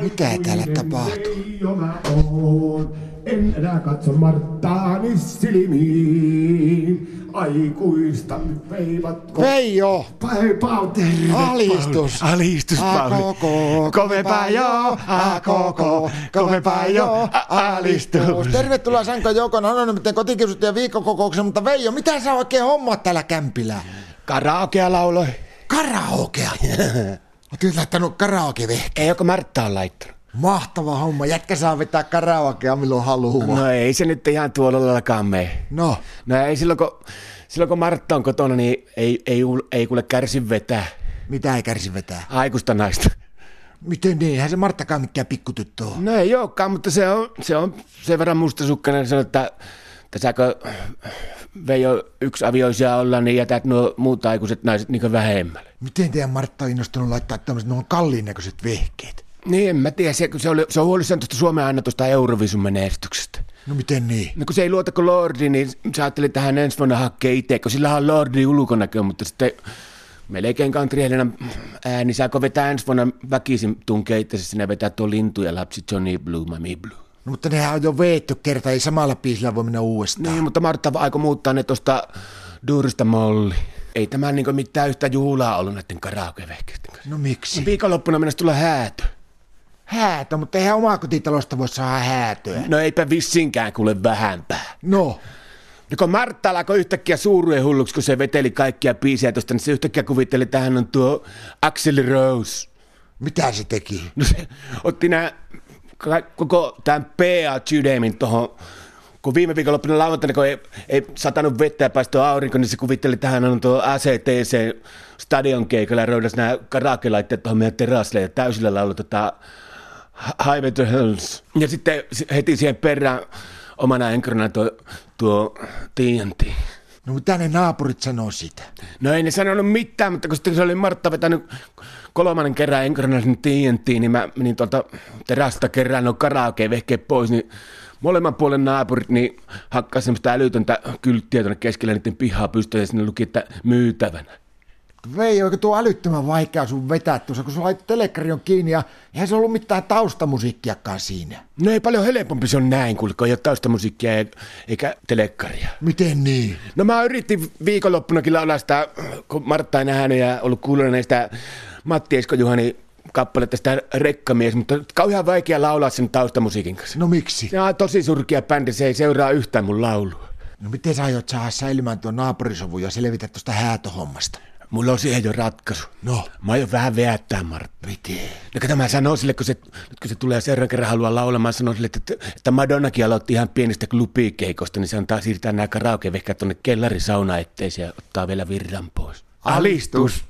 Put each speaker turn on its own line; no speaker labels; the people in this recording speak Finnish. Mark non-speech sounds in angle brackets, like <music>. Mitä täällä tapahtuu?
Jo mä oon. En enää katso Marttaani silmiin. Aikuista veivatko.
Veijo!
Päi Pauteri.
Alistus!
Alistus, Pauli.
Akoko,
Kovempaa joo, akoko, kovempaa joo, a- alistus.
Tervetuloa Sanko Joukon anonymitten kotikiusattujen viikkokokoukseen, mutta Veijo, mitä sä oikein hommat täällä kämpillä?
Karaokea lauloi. <laughs>
Karaokea! Oot laittanut karaokevehkeä.
Ei joko Martta on laittanut?
Mahtava homma, jätkä saa vetää karaokea milloin haluaa.
No ei se nyt ihan tuolla laillakaan mene.
No,
No ei silloin kun, silloin kun Martta on kotona, niin ei, ei, ul- ei kuule kärsi vetää
mitä ei kärsi vetää?
aikuista naista.
Miten niin? Eihän se Marttakaan mikään pikkutyttö on.
No ei olekaan, mutta se on, se on sen verran mustasukkainen sanoi, että tässäkö Veijo yksi avioisia olla, niin jätät nuo muut aikuiset naiset niin vähemmälle.
Miten teidän Martta on innostunut laittaa tämmöiset noin kalliin näköiset vehkeet?
Niin, en mä tiedä. Se, kun se, oli, se on huolissaan tuosta Suomen aina tuosta Eurovisun menestyksestä.
No miten niin?
No kun se ei luota kuin Lordi, niin sä ajattelin, että hän ensi vuonna hakee itse, kun sillä on Lordi ulkonäkö, mutta sitten melkein country Helenan ääni saako vetää ensi vuonna väkisin tunkee itse sinne vetää tuo lintu ja lapsi Johnny Blue, Mami Blue.
No, mutta nehän on jo veetty kerta, ei samalla biisillä voi mennä uudestaan.
Niin, mutta Martta aiko muuttaa ne tuosta Durista Molli. Ei tämä niinku mitään yhtä juhlaa ollut näiden karaokevehkeiden kanssa.
No miksi?
Viikonloppuna mennessä tulla häätö.
Häätö, mutta eihän omaa kotitalosta voi saada häätöä.
No eipä vissinkään kuule vähänpää.
No,
No kun Martta alkoi yhtäkkiä suurujen hulluksi, kun se veteli kaikkia biisejä tuosta, niin se yhtäkkiä kuvitteli, että hän on tuo Axel Rose.
mitä se teki?
No se otti nää, ka- koko tämän PA Judemin tuohon, kun viime viikonloppuna lauantaina, kun ei, ei satanut vettä ja päästöä aurinko, niin se kuvitteli, että hän on tuo ACTC stadion keikalla ja roudasi nämä karaokelaitteet tuohon meidän terasille ja täysillä laulu tota Highway to Hells. Ja sitten se- heti siihen perään omana enkrona tuo, tuo TNT.
No mitä ne naapurit sanoo sitä?
No ei ne sanonut mitään, mutta kun sitten se oli Martta vetänyt kolmannen kerran enkorina sinne TNT, niin mä menin tuolta terasta kerran no karaoke vehke pois, niin molemman puolen naapurit niin hakkas semmoista älytöntä kylttiä tuonne keskelle niiden pihaa pystyyn ja sinne luki, että myytävänä.
Vei, oikein tuo älyttömän vaikea sun vetää tuossa, kun sulla telekkari on kiinni ja eihän se ollut mitään taustamusiikkiakaan siinä.
No ei paljon helpompi se on näin, kuule, kun ei ole taustamusiikkia e- eikä telekkaria.
Miten niin?
No mä yritin viikonloppunakin laulaa sitä, kun Martta ei nähnyt ja ollut kuullut näistä Matti Esko Juhani kappaletta, sitä rekkamies, mutta kauhean vaikea laulaa sen taustamusiikin kanssa.
No miksi?
Se on tosi surkea bändi, se ei seuraa yhtään mun laulua.
No miten sä aiot saada säilymään tuon naapurisovun ja selvitä tuosta häätöhommasta?
Mulla on siihen jo ratkaisu.
No,
Mä aion vähän veättää Martta.
miten?
No kato mä sanon sille, kun se, nyt kun se tulee seuraavan kerran haluaa laulamaan, mä sanon sille, että, että Madonnakin aloitti ihan pienistä klubikeikosta, niin se antaa siirtää nämä karaokevehkät tuonne kellarisauna eteeseen ja ottaa vielä virran pois. Alistus!